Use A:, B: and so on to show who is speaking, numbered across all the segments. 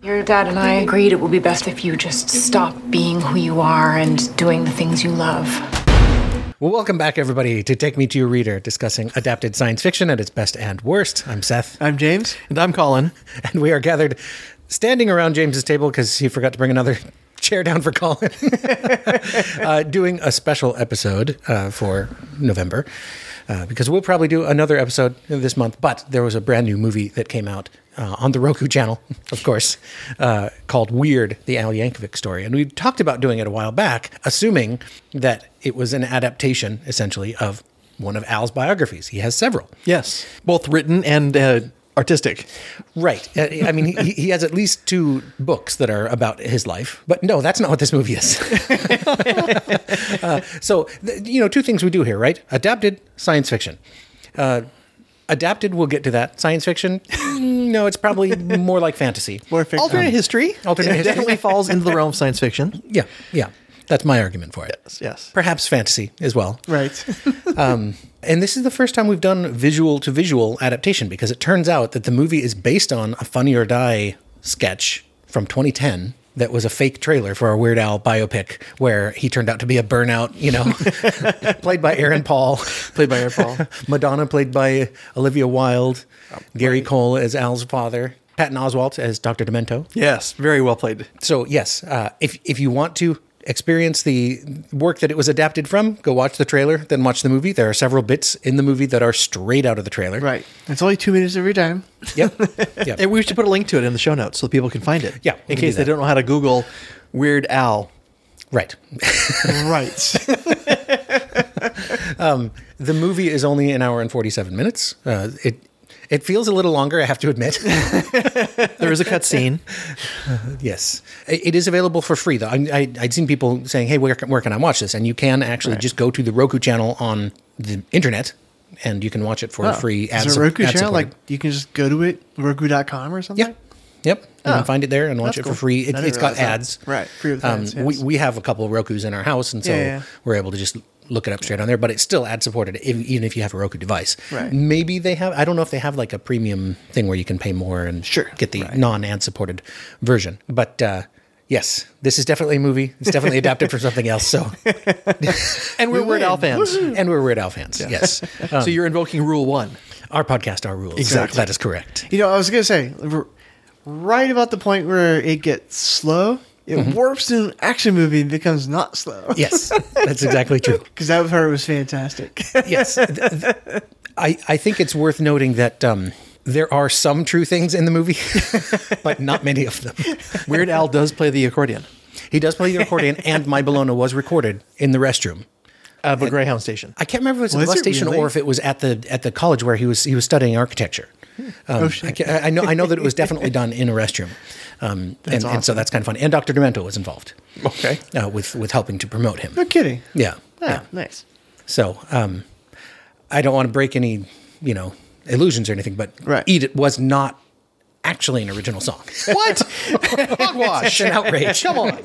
A: your dad and I agreed it would be best if you just stop being who you are and doing the things you love.
B: Well, welcome back, everybody, to Take Me to Your Reader, discussing adapted science fiction at its best and worst. I'm Seth,
C: I'm James.
D: And I'm Colin.
B: and we are gathered standing around James's table because he forgot to bring another chair down for Colin, uh, doing a special episode uh, for November. Uh, because we'll probably do another episode this month, but there was a brand new movie that came out uh, on the Roku channel, of course, uh, called Weird, the Al Yankovic story. And we talked about doing it a while back, assuming that it was an adaptation, essentially, of one of Al's biographies. He has several.
D: Yes, both written and uh, artistic.
B: Right. Uh, I I mean, he, he has at least two books that are about his life, but no, that's not what this movie is. Uh, so, th- you know, two things we do here, right? Adapted science fiction. Uh, adapted, we'll get to that. Science fiction, mm, no, it's probably more like fantasy.
C: More fic-
D: Alternate history.
B: alternate
D: It
B: history.
D: definitely falls into the realm of science fiction.
B: Yeah, yeah. That's my argument for it.
D: Yes.
B: Perhaps fantasy as well.
C: right.
B: And this is the first time we've done visual to visual adaptation because it turns out that the movie is based on a Funny or Die sketch from 2010 that was a fake trailer for a Weird Al biopic where he turned out to be a burnout, you know, played by Aaron Paul,
D: Played by Air Paul. Oh,
B: Madonna played by Olivia Wilde, Gary Cole as Al's father, Patton Oswalt as Dr. Demento.
D: yes, very well played.
B: So yes, uh, if if you want to experience the work that it was adapted from, go watch the trailer, then watch the movie. There are several bits in the movie that are straight out of the trailer.
C: Right. It's only two minutes every time.
B: Yep. yep.
D: And we should put a link to it in the show notes so people can find it.
B: Yeah, we
D: in
B: can do
D: case they
B: that.
D: don't know how to Google Weird Al.
B: right.
C: right.
B: The movie is only an hour and forty-seven minutes. Uh, it it feels a little longer, I have to admit.
D: There is a cutscene.
B: yes, it it is available for free though. I, I, I'd seen people saying, "Hey, where, can- where can I watch this?" And you can actually just go to the Roku channel on the internet, and you can watch it for free.
C: Oh, Is
B: ad-
C: it Roku
B: ad-
C: channel?
B: supported.
C: Like you can just go to it, Roku.com or something.
B: Yeah. Yep. You
C: Oh.
B: can find it there and watch
C: That's
B: it for
C: cool.
B: free. It,
C: I didn't
B: it's got
C: realize that.
B: ads. Um,
C: Right, free with ads,
B: We,
C: yes.
B: we have a couple of Rokus in our house, and so
C: Yeah, yeah, yeah.
B: we're able to just look it up straight on there, but it's still ad supported, if, even if you have a Roku device.
C: Right.
B: Maybe they have, I don't know if they have like a premium thing where you can pay more and
C: Sure.
B: get the non ad supported version. But uh, yes, this is definitely a movie. It's definitely adapted from something else. So,
D: And we're Weird Al
C: win.
D: fans.
B: and we're Weird Al fans. Yes.
D: so you're invoking rule one.
B: our podcast, our rules.
D: Exactly.
B: That is correct.
C: You know, I was gonna say, r- right about the point where it gets slow, it
B: Mm-hmm.
C: warps to an action movie and becomes not slow.
B: Yes, that's exactly true.
C: Because that part was fantastic.
B: yes. Th- th- I, I think it's worth noting that um, there are some true things in the movie, but not many of them.
D: Weird Al does play the accordion
B: He does play the accordion, and My Bologna was recorded in the restroom.
D: of a Greyhound station.
B: I can't remember if it was,
C: Was
B: at the bus
C: it
B: station
C: really?
B: or if it was at the at the college where he was he was studying architecture. Um, I, can't- I- I know I know that it was definitely done in a restroom, um, and, and so
C: awesome.
B: that's kind of fun. And Dr. Demento was involved
D: Okay.
B: uh, with with helping to promote him.
C: no kidding.
B: Yeah,
C: Ah,
B: yeah.
C: nice.
B: So um, I don't want to break any, you know, illusions or anything, but
C: Right.
B: Eat It was not actually an original song.
D: What?
B: It's
D: Hogwash.
B: an outrage. Come on.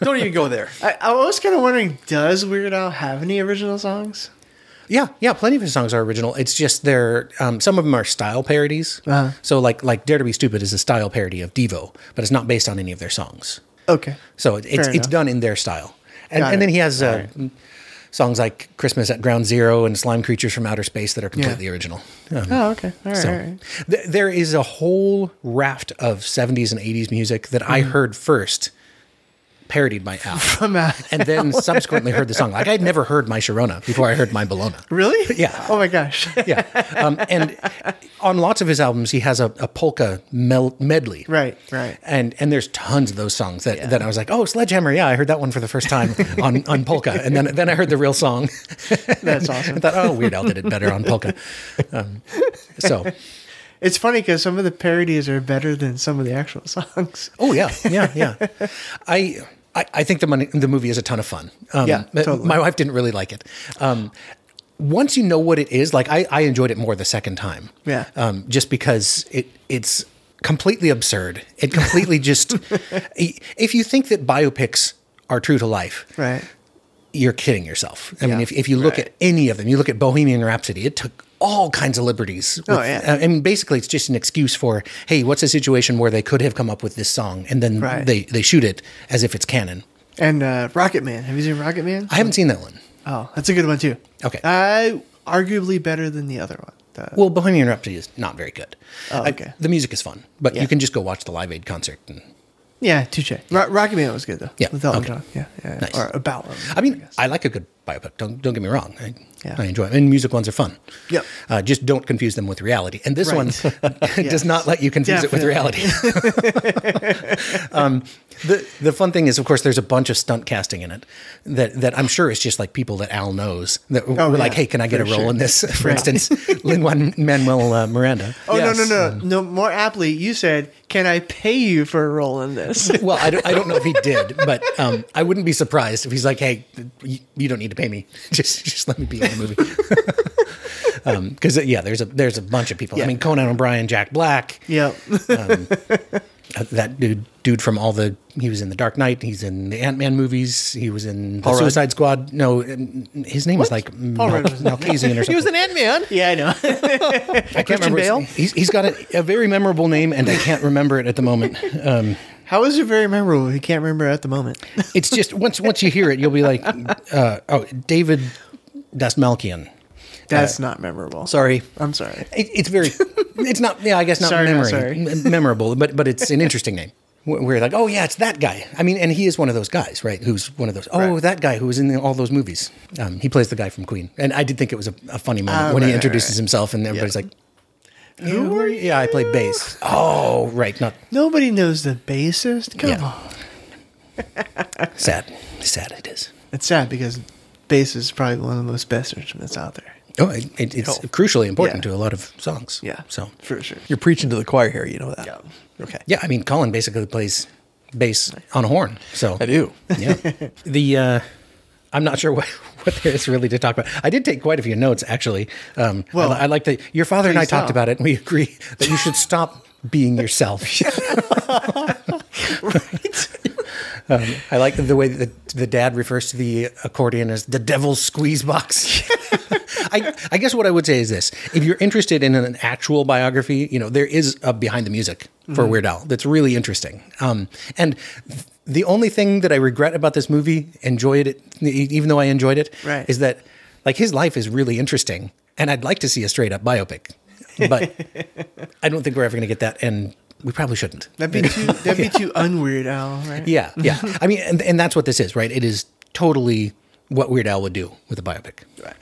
D: Don't even go there.
C: I, I was kind of wondering, does Weird Al have any original songs?
B: Yeah, yeah, plenty of his songs are original. It's just they're um, some of them are style parodies.
C: Uh-huh.
B: So like like Dare to Be Stupid is a style parody of Devo, but it's not based on any of their songs.
C: Okay.
B: So it, it's it's
C: enough.
B: done in their style. And, and
C: Got it.
B: then he has uh, songs like Christmas at Ground Zero and Slime Creatures from Outer Space that are completely original. Um,
C: Oh, okay. All right.
B: So
C: all right.
B: th- there is a whole raft of 70s and 80s music that
C: Mm.
B: I heard first, parodied by Al,
C: I'm out.
B: and then subsequently heard the song. Like I'd never heard My Sharona before I heard My Bologna.
C: Really?
B: Yeah.
C: Oh my gosh.
B: Yeah. Um, and on lots of his albums, he has a, a polka mel- medley.
C: Right, right.
B: And and there's tons of those songs that, that I was like, oh, Sledgehammer. Yeah, I heard that one for the first time on, on polka. And then, then I heard the real song.
C: That's
B: I
C: awesome.
B: thought, oh, Weird Al did it better on polka. Um, so
C: It's funny because some of the parodies are better than some of the actual songs.
B: Oh yeah, yeah, yeah. I, I I think the money, the movie is a ton of fun. Um,
C: Yeah,
B: but
C: totally.
B: My wife didn't really like it. Um, once you know what it is, like I, I enjoyed it more the second time.
C: Yeah.
B: Um, just because it it's completely absurd. It completely just i- if you think that biopics are true to life,
C: Right.
B: you're kidding yourself. I mean,
C: Yeah.
B: if, if you look
C: Right.
B: at any of them, you look at Bohemian Rhapsody, it took all kinds of liberties.
C: Oh,
B: with-
C: yeah.
B: I mean, basically, it's just an excuse for, hey, what's a situation where they could have come up with this song, and then
C: Right.
B: they they shoot it as if it's canon.
C: And uh, Rocket Man. Have you seen Rocket Man?
B: I haven't seen that one.
C: Oh, that's a good one too.
B: Okay.
C: I arguably better than the other one. The-
B: Well, Bohemian Rhapsody is not very good.
C: Oh,
B: I-
C: okay.
B: the music is fun, but
C: Yeah.
B: you can just go watch the Live Aid concert. And,
C: yeah, touche. Ro- Rocket Man was good though.
B: Yeah,
C: With Elton
B: okay.
C: John. Yeah, yeah.
B: Nice.
C: Or about him.
B: I mean, I, like a good biopic. Don't don't get me wrong. I,
C: Yeah.
B: I enjoy it, and music ones are fun.
C: Yep.
B: Uh, just don't confuse them with reality. And this
C: Right.
B: one does not let you confuse it with reality.
C: Definitely.
B: um, the the fun thing is, of course, there's a bunch of stunt casting in it that that I'm sure is just like people that Al knows that were
C: Oh, yeah,
B: like, hey, can I get a
C: for
B: role
C: sure.
B: in this? For instance, Lin Manuel uh, Miranda.
C: Oh no
D: Yes.
C: no no no! More aptly, you said, "Can I pay you for a role in this?"
B: Well, I don't, I don't know if he did, but um, I wouldn't be surprised if he's like, "Hey, you, you don't need to pay me. Just just let me be in the movie." Because uh, yeah, there's a there's a bunch of people. I
C: Yeah.
B: mean, Conan O'Brien, Jack Black,
C: yep.
B: uh, that dude dude from all the he was in the Dark Knight. He's in the Ant Man movies. He was in the
D: Rudd?
B: Suicide Squad. No, um, his name is like Mal-
C: Rudd was in that.
B: Malkasian or something.
D: He was an Ant Man.
C: yeah, I know.
B: I can't
D: Christian
B: remember. his-
D: Bale?
B: He's, he's got a, a very memorable name, and I can't remember it at the moment. Um,
C: How is it very memorable? if You can't remember at the moment.
B: It's just once once you hear it, you'll be like, uh, "Oh, David Dastmalchian."
C: That's not memorable.
B: Sorry,
C: I'm sorry.
B: it, it's very, it's not. Yeah, I guess not
C: Sorry, not
B: memory
C: sorry.
B: m- memorable, but but it's an interesting name. Wh- We're like, oh yeah, it's that guy. I mean, and he is one of those guys, right? Who's one of those? Oh,
C: Right.
B: that guy who was in all those movies. Um, he plays the guy from Queen, and I did think it was a, a funny moment
C: Ah,
B: when he
C: right, right,
B: introduces
C: right.
B: himself, and everybody's like, "Who are you?" Yeah, I play bass. Oh, right, not
C: Nobody knows the bassist. Come
B: Yeah.
C: on.
B: sad. Sad it is.
C: It's sad because bass is probably one of the most best instruments out there.
B: Oh, it, it, it's crucially important
C: Yeah.
B: to a lot of songs. so
C: for sure.
D: You're preaching to the choir here. You know that.
C: Yeah.
D: Okay.
B: Yeah, I mean, Colin basically plays bass on a horn. So
D: I do.
B: Yeah. the uh, I'm not sure what, what there is really to talk about. I did take quite a few notes actually. Um, well,
C: Well,
B: I, like that your father and I
C: please
B: talked
C: don't.
B: about it, and we agree that you should stop being yourself. Um, I like the way that the dad refers to the accordion as the devil's squeeze box. I, I guess what I would say is this: if you're interested in an actual biography, you know there is a behind the music for Weird Al that's really interesting. Um, and th- the only thing that I regret about this movie, enjoyed it, e- even though I enjoyed it, is
C: Right.
B: that like his life is really interesting, and I'd like to see a straight up biopic, but I don't think we're ever going to get that, and we probably shouldn't.
C: That'd be too. That'd be too unweird, Al. Right?
B: Yeah, yeah. I mean, and, and that's what this is, right? It is totally what Weird Al would do with a biopic.
C: Right.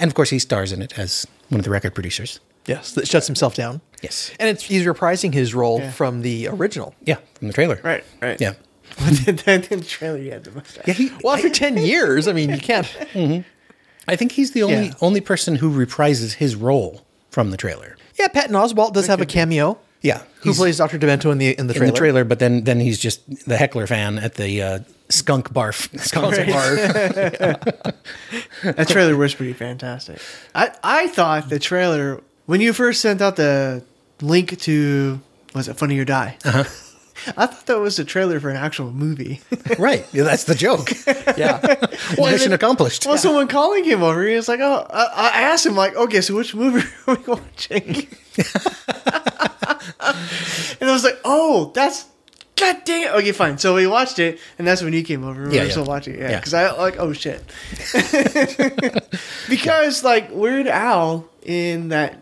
B: And of course, he stars in it as one of the record producers.
D: Yes. That shuts himself down.
B: Yes.
D: And it's he's reprising his role
C: Yeah.
D: from the original.
B: Yeah, from the trailer.
C: Right. Right.
B: Yeah.
C: that in the trailer, you had the mustache.
B: Yeah, he,
D: Well, after ten years, I mean, you can't.
B: I think he's the only
D: Yeah.
B: only person who reprises his role from the trailer.
D: Yeah, Patton Oswalt does have a cameo.
B: Yeah,
D: Who
B: he's
D: plays Doctor Demento in the in the
B: in
D: trailer?
B: the trailer, but then then he's just the heckler fan at the uh, skunk barf skunk barf.
C: That trailer was pretty fantastic. I, I thought the trailer when you first sent out the link to was it Funny or Die?
B: Uh-huh.
C: I thought that was the trailer for an actual movie.
B: right, yeah, that's the joke.
D: Yeah.
B: well, Mission accomplished.
C: well, someone calling him over, he was like, "Oh," I, I asked him like, "Okay, so which movie are we watching?" and I was like, "Oh, that's." God dang it! Okay, fine. So we watched it, and that's when you came over. We
B: Yeah,
C: were
B: yeah.
C: still watching it, yeah.
B: Yeah.
C: Because I like, oh shit, because like Weird Al in that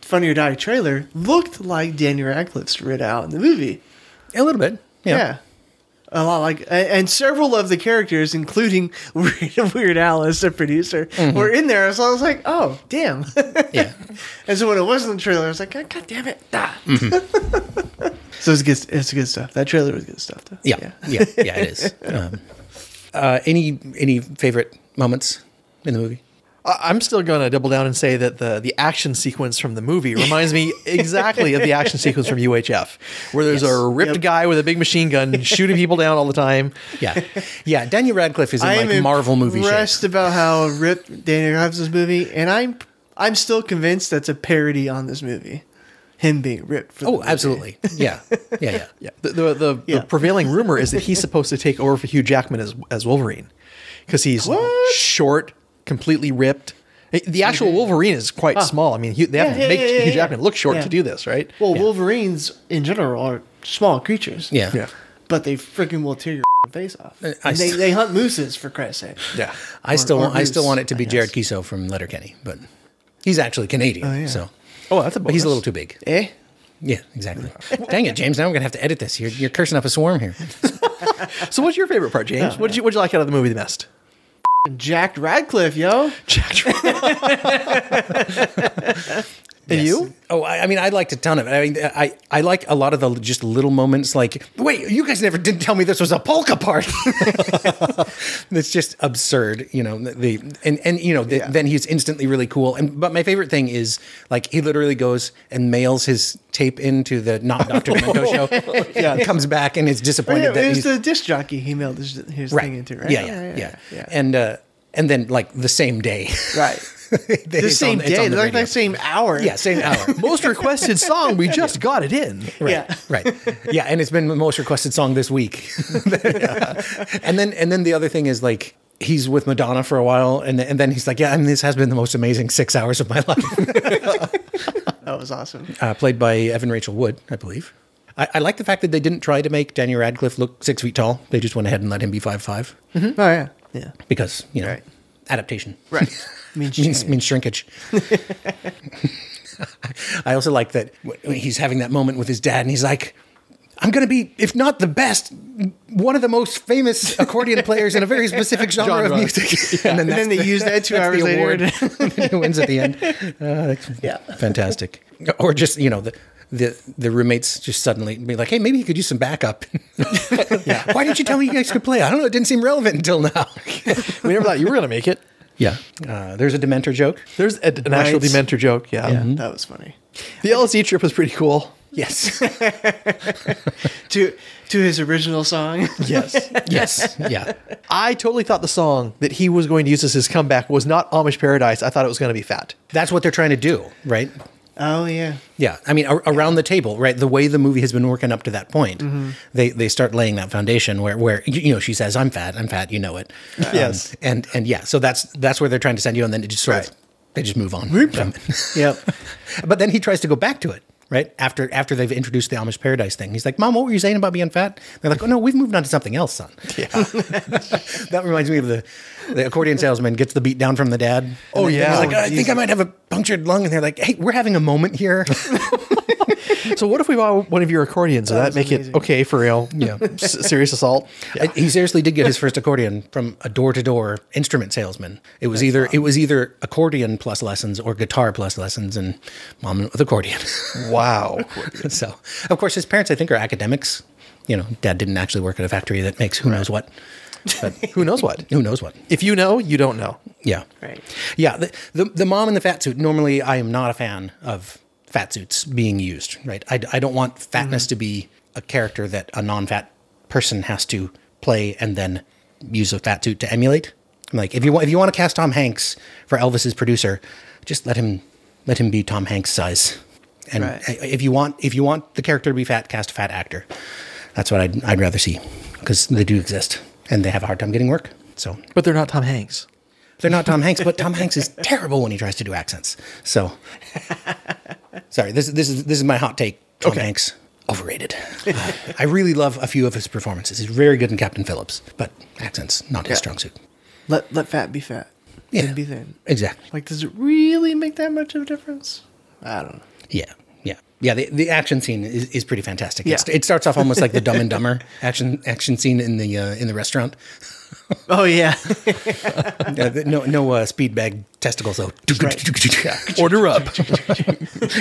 C: Funny or Die trailer looked like Daniel Radcliffe's Weird Al in the movie.
B: a little bit.
C: Yeah.
B: Yeah.
C: A lot like, a- and several of the characters, including Weird, Weird Al as the producer,
B: Mm-hmm.
C: were in there. So I was like, oh, damn.
B: yeah.
C: and so when it was in the trailer, I was like, god, god damn it. Ah. so it's good, it's good stuff. That trailer was good stuff, though.
B: Mm-hmm. Yeah, yeah, yeah, it is. Um, uh, any any favorite moments in the movie?
D: I- I'm still going to double down and say that the the action sequence from the movie reminds me exactly of the action sequence from UHF, where there's a ripped
C: Yep.
D: guy with a big machine gun shooting people down all the time.
B: Yeah, yeah. Daniel Radcliffe is in
C: I am
B: like Marvel movie shape.
C: impressed about how ripped Daniel Radcliffe's movie, and I'm I'm still convinced that's a parody on this movie. Him being ripped. For the
B: Oh,
C: movie.
B: absolutely. Yeah, yeah, yeah.
D: Yeah. The the, the,
C: Yeah.
D: the prevailing rumor is that he's supposed to take over for Hugh Jackman as as Wolverine, because he's
C: What? Mm-hmm.
D: short, completely ripped, The actual Wolverine is quite small. I mean, he, they have
C: Yeah,
D: to
C: yeah,
D: make
C: yeah, yeah,
D: Hugh
C: yeah.
D: Jackman look short
C: Yeah.
D: to do this, right?
C: Well, Wolverines in general are small creatures.
B: Yeah.
D: yeah,
C: But they freaking will tear your face off.
B: I
C: And they,
B: st-
C: they hunt mooses for Christ's sake.
D: yeah.
B: I
C: Or-
B: still
C: or
B: want, I still
C: Moose,
B: want it to
C: I
B: be Jared
C: guess.
B: Kiso from Letterkenny, but he's actually Canadian,
C: yeah.
B: so
D: Oh, that's a.
B: but he's a
D: bonus.
B: little too big.
C: Eh?
B: Yeah, exactly. Dang it, James! Now I'm gonna have to edit this. You're, you're cursing up a swarm here.
D: So, what's your favorite part, James? What did you What did you like out of the movie the best?
C: Jack Radcliffe, yo.
D: Jack. and you?
B: Oh, I, I mean, I liked a ton of it. I mean, I I like a lot of the just little moments. Like, wait, you guys never didn't tell me this was a polka part. it's just absurd, you know. The and and you know, the, then he's instantly really cool. And but my favorite thing is like he literally goes and mails his tape into the not Doctor Demento show. yeah, comes back and is
C: Oh,
B: disappointed
C: yeah,
B: that
C: it was
B: he's
C: the disc jockey he mailed his, his thing into, right?
B: Yeah, yeah, yeah, And uh, and then like the same day,
C: right.
B: It's on-
C: The
B: it's
C: same
B: on
C: day,
B: the
C: like
B: radio.
C: that same hour.
B: yeah, same hour.
D: Most requested song. We just got it in.
C: Yeah.
B: right yeah and it's been the most requested song this week and then and then the other thing is like he's with madonna for a while and, and then he's like yeah and this has been the most amazing six hours of my life
C: That was awesome.
B: uh, played by evan rachel wood i believe I, I like the fact that they didn't try to make daniel radcliffe look six feet tall they just went ahead and let him be five five
C: Oh, yeah. Yeah.
B: because you know
C: Right.
B: adaptation
C: Right. Means
B: means,
C: change.
B: means shrinkage. I also like that when he's having that moment with his dad, and he's like, "I'm going to be, if not the best, one of the most famous accordion players in a very specific genre, of
D: Genre.
B: music." and
C: And
B: that's
C: then they use that two
B: that's
C: hours
B: the award
C: later.
B: that he wins at the end. Uh, yeah, fantastic. Or just you know the. The, the roommates just suddenly be like, hey, maybe he could use some backup. Why didn't you tell me you guys could play? I don't know. It didn't seem relevant until now.
D: We never thought you were gonna make it.
B: yeah. Uh, there's a Dementor joke.
D: There's a, an actual
C: Right.
D: Dementor joke. Yeah.
B: Mm-hmm.
C: That was funny.
D: The LSD trip was pretty cool.
B: Yes.
C: To to his original song.
D: Yes.
B: Yes. Yeah.
D: I totally thought the song that he was going to use as his comeback was not Amish Paradise. I thought it was going to be Fat.
B: That's what they're trying to do, right?
C: Oh yeah.
B: Yeah. I mean, ar- around the table, right? The way the movie has been working up to that point, they they start laying that foundation where where you you know she says, "I'm fat, I'm fat," you know it.
D: Yes.
B: Um, and and yeah, so that's that's where they're trying to send you, and then it just sort of they just move on. from it.
C: Yep.
B: but then he tries to go back to it. Right after after they've introduced the Amish Paradise thing, he's like, "Mom, what were you saying about being fat?" They're like, "Oh no, we've moved on to something else, son."
D: Yeah.
B: That reminds me of the the accordion salesman gets the beat down from the dad. And
D: Oh,
B: then-
D: yeah.
B: he's like,
D: Oh,
B: I think I might have a punctured lung, and they're like, "Hey, we're having a moment here."
D: so what if we bought one of your accordions? Would that,
C: was
D: make
C: amazing.
D: it okay for real?
B: Yeah.
D: S- serious assault.
B: I- He seriously did get his first accordion from a door to door instrument salesman. It was either it was either accordion plus lessons or guitar plus lessons, and mom went with accordion.
D: Wow.
B: so, of course, his parents I think are academics. You know, dad didn't actually work at a factory that makes who knows what. But
D: Who knows what?
B: who knows what?
D: If you know, you don't know.
B: Yeah.
C: Right.
B: Yeah. The, the, the mom in the fat suit, normally I am not a fan of fat suits being used, right? I, I don't want fatness to be a character that a non fat person has to play and then use a fat suit to emulate. I'm like, if you, want, if you want to cast Tom Hanks for Elvis's producer, just let him, let him be Tom Hanks size. And
C: Right.
B: i- if you want, if you want the character to be fat, cast a fat actor. That's what I'd, I'd rather see because they do exist and they have a hard time getting work. So
D: But they're not Tom Hanks.
B: they're not Tom Hanks, but Tom Hanks is terrible when he tries to do accents. So, sorry. This this is this is my hot take. Tom
D: Okay.
B: Hanks overrated. I really love a few of his performances. He's very good in Captain Phillips, but accents not his
C: Yeah.
B: strong suit.
C: Let let fat be fat.
B: Yeah.
C: Thin be thin.
B: Exactly.
C: Like, does it really make that much of a difference? I don't know.
B: Yeah. Yeah. Yeah. The, the action scene is, is pretty fantastic. It's-
C: Yeah.
B: It starts off almost like the Dumb and Dumber action action scene in the uh, in the restaurant.
C: Oh yeah.
B: Uh, the- no no uh, speed bag testicles though.
D: Order up.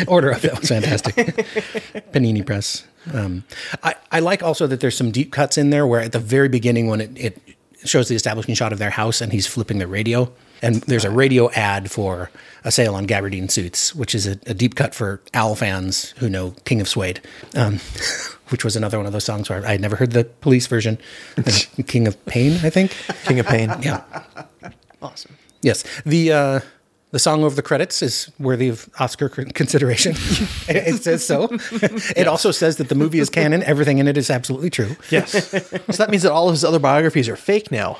B: order up. That was fantastic. Panini press. Um, I, I like also that there's some deep cuts in there where at the very beginning when it, it shows the establishing shot of their house and he's flipping the radio and there's a radio ad for a sale on gabardine suits, which is a, a deep cut for Owl fans who know King of Suede, um, which was another one of those songs where I had never heard the police version. King of Pain, I think.
D: King of Pain.
B: Yeah.
C: awesome.
B: Yes, the uh, the song over the credits is worthy of Oscar c- consideration. it, it says so. it also says that the movie is canon. Everything in it is absolutely true.
D: Yes. so that means that all of his other biographies are fake now.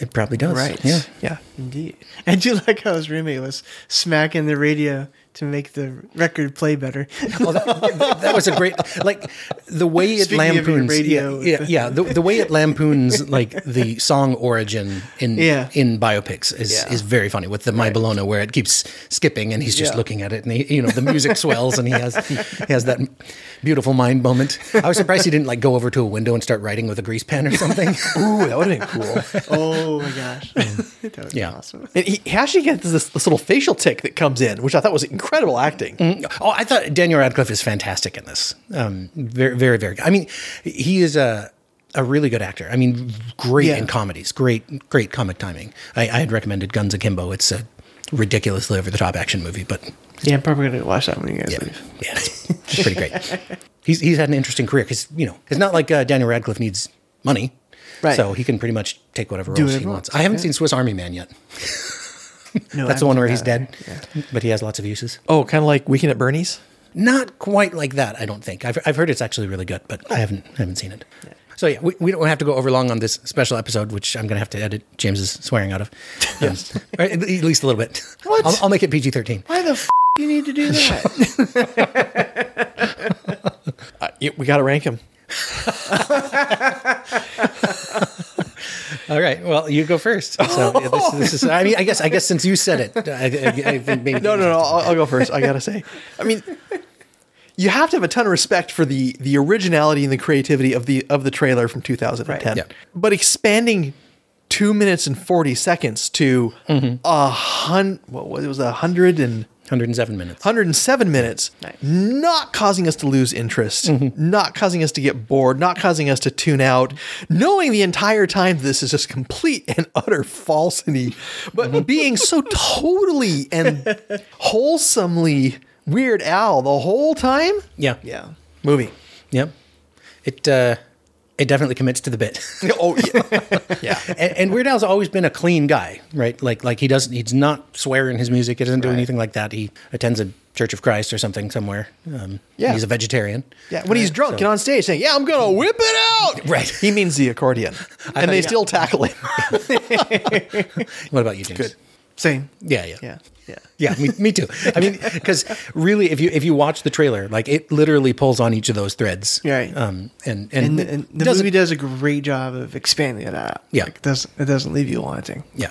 B: It probably does.
C: Right.
B: Yeah.
D: Yeah.
C: Indeed. I do like how his roommate was smacking the radio to make the record play better.
B: Well, that, that was a great like the way it
C: Speaking of your
B: lampoons
C: radio
B: yeah, yeah,
C: with
B: yeah, the, the way it lampoons like the song origin in
C: Yeah.
B: in biopics is,
D: Yeah.
B: is very funny with the my Bologna where it keeps skipping and he's just
D: Yeah.
B: looking at it and he, you know the music swells and he has he has that beautiful mind moment I was surprised he didn't like go over to a window and start writing with a grease pen or something
D: Ooh, that would have been cool.
C: oh my gosh. that would
B: Yeah.
C: be awesome.
D: And he, he actually gets this, this little facial tick that comes in, which I thought was incredible acting.
B: Oh, I thought Daniel Radcliffe is fantastic in this. Um, very, very, very. I mean, he is a a really good actor. I mean, great
C: Yeah.
B: in comedies. Great, great comic timing. I, I had recommended Guns Akimbo. It's a ridiculously over the top action movie, but
C: Yeah, I'm probably gonna watch that when you guys
B: yeah,
C: leave.
B: yeah, it's, it's pretty great. He's he's had an interesting career because you know it's not like uh, Daniel Radcliffe needs money,
C: Right.
B: So he can pretty much take whatever
C: Do
B: roles he
C: whatever
B: wants.
C: he wants,
B: I haven't
C: yeah.
B: seen Swiss Army Man yet.
C: No,
B: That's the one where he's dead, but he has lots of uses.
D: Oh, kind of like Weekend at Bernie's.
B: Not quite like that, I don't think. I've, I've heard it's actually really good, but I haven't I haven't seen it. So yeah, we, we don't have to go over long on this special episode, which I'm going to have to edit James's swearing out of. Yes, or at at least a little bit.
C: What?
B: I'll, I'll make it PG-13.
C: Why the f- you need to do that?
D: Uh, yeah, we got to rank him.
B: All right. Well, you go first. So yeah, this, this is. I mean, I guess I guess since you said it, I, I, I think maybe
D: No, no, no. I'll, I'll go first. I gotta say, I mean, you have to have a ton of respect for the the originality and the creativity of the of the trailer from 2010.
B: Right. Yeah.
D: But expanding two minutes and 40 seconds to
B: Mm-hmm.
D: a hundred. What was it? Was a hundred and
B: 107 minutes.
D: 107 minutes, not causing us to lose interest, not causing us to get bored, not causing us to tune out, knowing the entire time this is just complete and utter falsity, but being so totally and wholesomely Weird Al the whole time.
B: Yeah.
C: yeah.
D: Movie.
B: Yep. It uh, it definitely commits to the bit.
D: Oh yeah, yeah.
B: and, and Weird Al's always been a clean guy, right? Like like he doesn't he's not swear in his music. He doesn't do anything like that. He attends a Church of Christ or something somewhere. Um,
D: Yeah.
B: he's a vegetarian.
D: Yeah, when he's drunk and on stage saying, "Yeah, I'm gonna whip it out,"
B: Right.
D: He means the accordion, and they still tackle him.
B: What about you, James?
D: Good.
C: Same.
B: Yeah, yeah,
C: Yeah. Yeah.
B: yeah. Me, me too. I mean, because really, if you if you watch the trailer, like it literally pulls on each of those threads.
C: Right.
B: Um. And
C: And
B: and,
C: the, and the
B: doesn't-
C: movie does a great job of expanding it out.
B: Yeah.
C: Like, it doesn't it doesn't leave you wanting.
B: Yeah.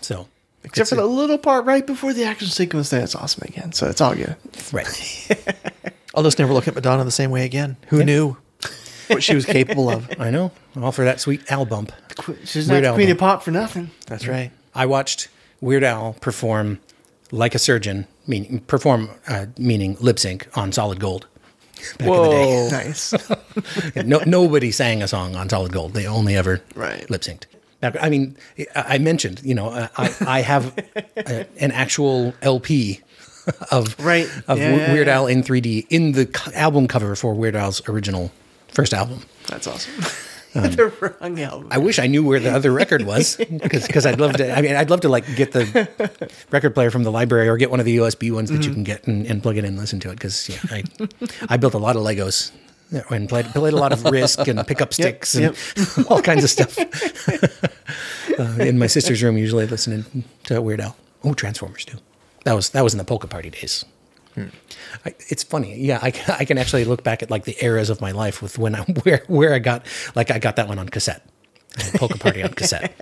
B: So.
C: Except for the little part right before the action sequence that's awesome again. So it's all good.
B: Right.
D: I'll just never look at Madonna the same way again. Who knew what she was capable of?
B: I know. All for that sweet Al bump.
C: Qu- She's
B: Weird
C: not the
B: Al
C: queen
B: Bun-
C: of pop for nothing.
D: That's right.
B: I watched Weird Al perform like a surgeon, meaning perform uh, meaning lip sync on Solid Gold. Back in
C: Nice.
B: the day, no, nobody sang a song on Solid Gold. They only ever
C: Right.
B: lip synced. Now, I mean, I I mentioned, you know, I, I- I have a, an actual LP of
C: Right.
B: of
C: Yeah, yeah,
B: Weird
C: yeah.
B: Al in 3D in the co- album cover for Weird Al's original first album.
C: That's awesome.
B: Um,
C: the wrong album.
B: I wish I knew where the other record was because I'd love to. I mean, I'd love to like get the record player from the library or get one of the USB ones that you can get and, and plug it in and listen to it. Because yeah, I, I built a lot of Legos and played, played a lot of Risk and pickup sticks and all kinds of stuff uh, in my sister's room. Usually listening to Weird Al. Oh, Transformers too. That was that was in the polka party days. I, it's funny. Yeah, I, can- I can actually look back at like the eras of my life with when I where where I got like I got that one on cassette. I had Polka Party on cassette.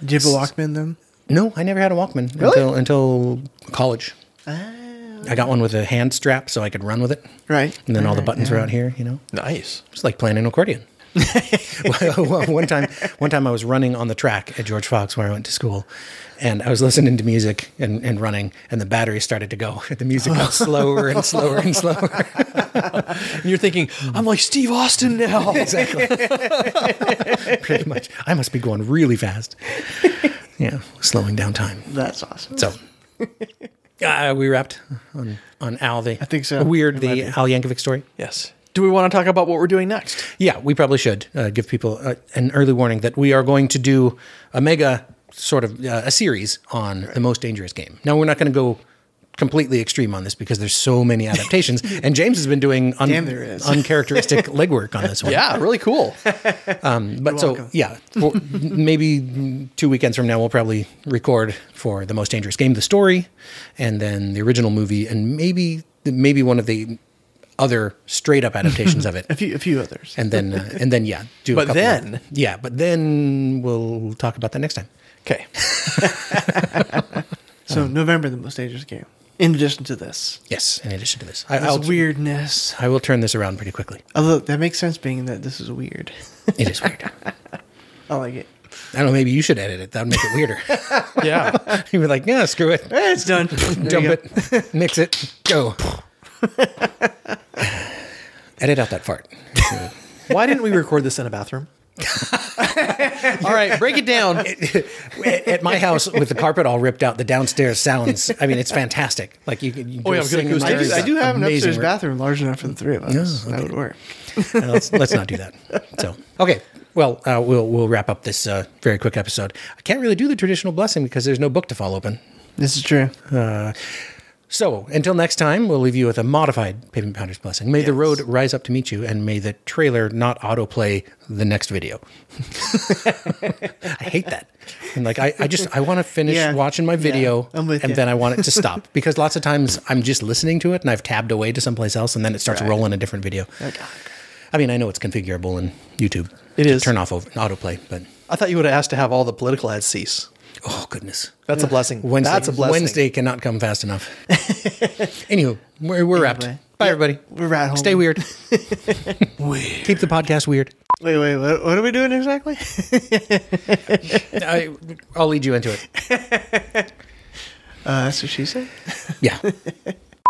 C: Did you have a Walkman then?
B: No, I never had a Walkman until until college. I got one with a hand strap so I could run with it.
C: Right.
B: And then all the buttons were out here, you know.
D: Nice.
B: It's like playing an accordion. Well, one time, one time I was running on the track at George Fox where I went to school, and I was listening to music and, and running, and the battery started to go. The music got slower and slower and slower.
D: And you're thinking, I'm like Steve Austin now.
B: exactly. Pretty much. I must be going really fast. Yeah, slowing down time.
C: That's awesome.
B: So uh, we wrapped on on Al the I
C: think so.
B: weird
C: It
B: the Al Yankovic story.
D: Yes. Do we want to talk about what we're doing next?
B: Yeah, we probably should uh, give people uh, an early warning that we are going to do a mega sort of uh, a series on the most dangerous game. Now we're not going to go completely extreme on this because there's so many adaptations, and James has been doing un-
C: Damn, there is.
B: uncharacteristic legwork on this one. Um,
D: Yeah, really cool.
B: but so
C: welcome.
B: yeah, well, maybe two weekends from now we'll probably record for the most dangerous game, the story, and then the original movie, and maybe maybe one of the other straight up adaptations of it.
C: A few, a few others.
B: And then, uh, and then, yeah. Do a
D: But
B: couple of-
D: then-
B: yeah. But then we'll talk about that next time.
D: Okay.
C: so
B: um,
C: November, the most dangerous game. In addition to this,
B: Yes. In addition to this, I,
C: this
B: I'll,
C: weirdness.
B: I will turn this around pretty quickly.
C: Although that makes sense, being that this is weird.
B: It is weird. I
C: I like it.
B: don't know. Maybe you should edit it. That would make it weirder.
D: Yeah.
B: You'd be like, yeah, screw it.
C: Eh, it's done. There
B: Dump
C: you go.
B: it, mix it, go. Edit out that fart.
D: Why didn't we record this in a bathroom?
B: All right, break it down. At my house, with the carpet all ripped out, the downstairs sounds. I mean, it's fantastic. Like you, can- you
D: Oh, yeah,
B: go
D: good
B: sing in my
C: I
D: acoustics.
C: do,
B: room.
C: I do have an
B: Amazing
C: upstairs
B: work.
C: bathroom large enough for the three of us.
B: Yeah,
C: That
B: okay.
C: would work.
B: Uh, let's, let's not do that. So, okay. Well, uh, we'll we'll wrap up this uh, very quick episode. I can't really do the traditional blessing because there's no book to fall open.
C: This is true.
B: Uh, So, until next time, we'll leave you with a modified Pavement Pounders blessing. May the road rise up to meet you, and may the trailer not autoplay the next video. I hate that. And like, I, I just I want to finish
C: Yeah.
B: watching my video,
C: I'm with
B: and
C: ya.
B: then I want it to stop because lots of times I'm just listening to it and I've tabbed away to someplace else, and then it starts rolling a different video.
C: Oh,
B: I mean, I know it's configurable in YouTube.
D: It
B: to
D: is.
B: turn off over, autoplay, but
D: I thought you would have asked to have all the political ads cease.
B: oh goodness.
D: That's a blessing.
B: Wednesday,
D: That's a blessing.
B: Wednesday cannot come fast enough. Anywho, we're, we're wrapped.
C: Anyway.
B: Bye, everybody.
C: We're right home.
B: Stay weird. Keep the podcast weird.
C: Wait, wait, what, what are we doing exactly?
B: I, I'll lead you into it.
C: Uh, that's what she said.
B: Yeah.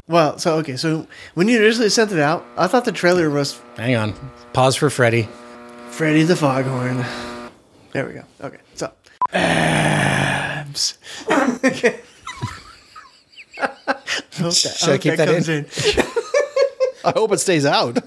C: Well, so okay, so when you initially sent it out, I thought the trailer was
B: Hang on. Pause for Freddy.
C: Freddy the Foghorn. There we go. Okay, so abs. I hope that- I
B: Should I
C: hope
B: keep that
C: comes
B: in?
D: I hope it stays out.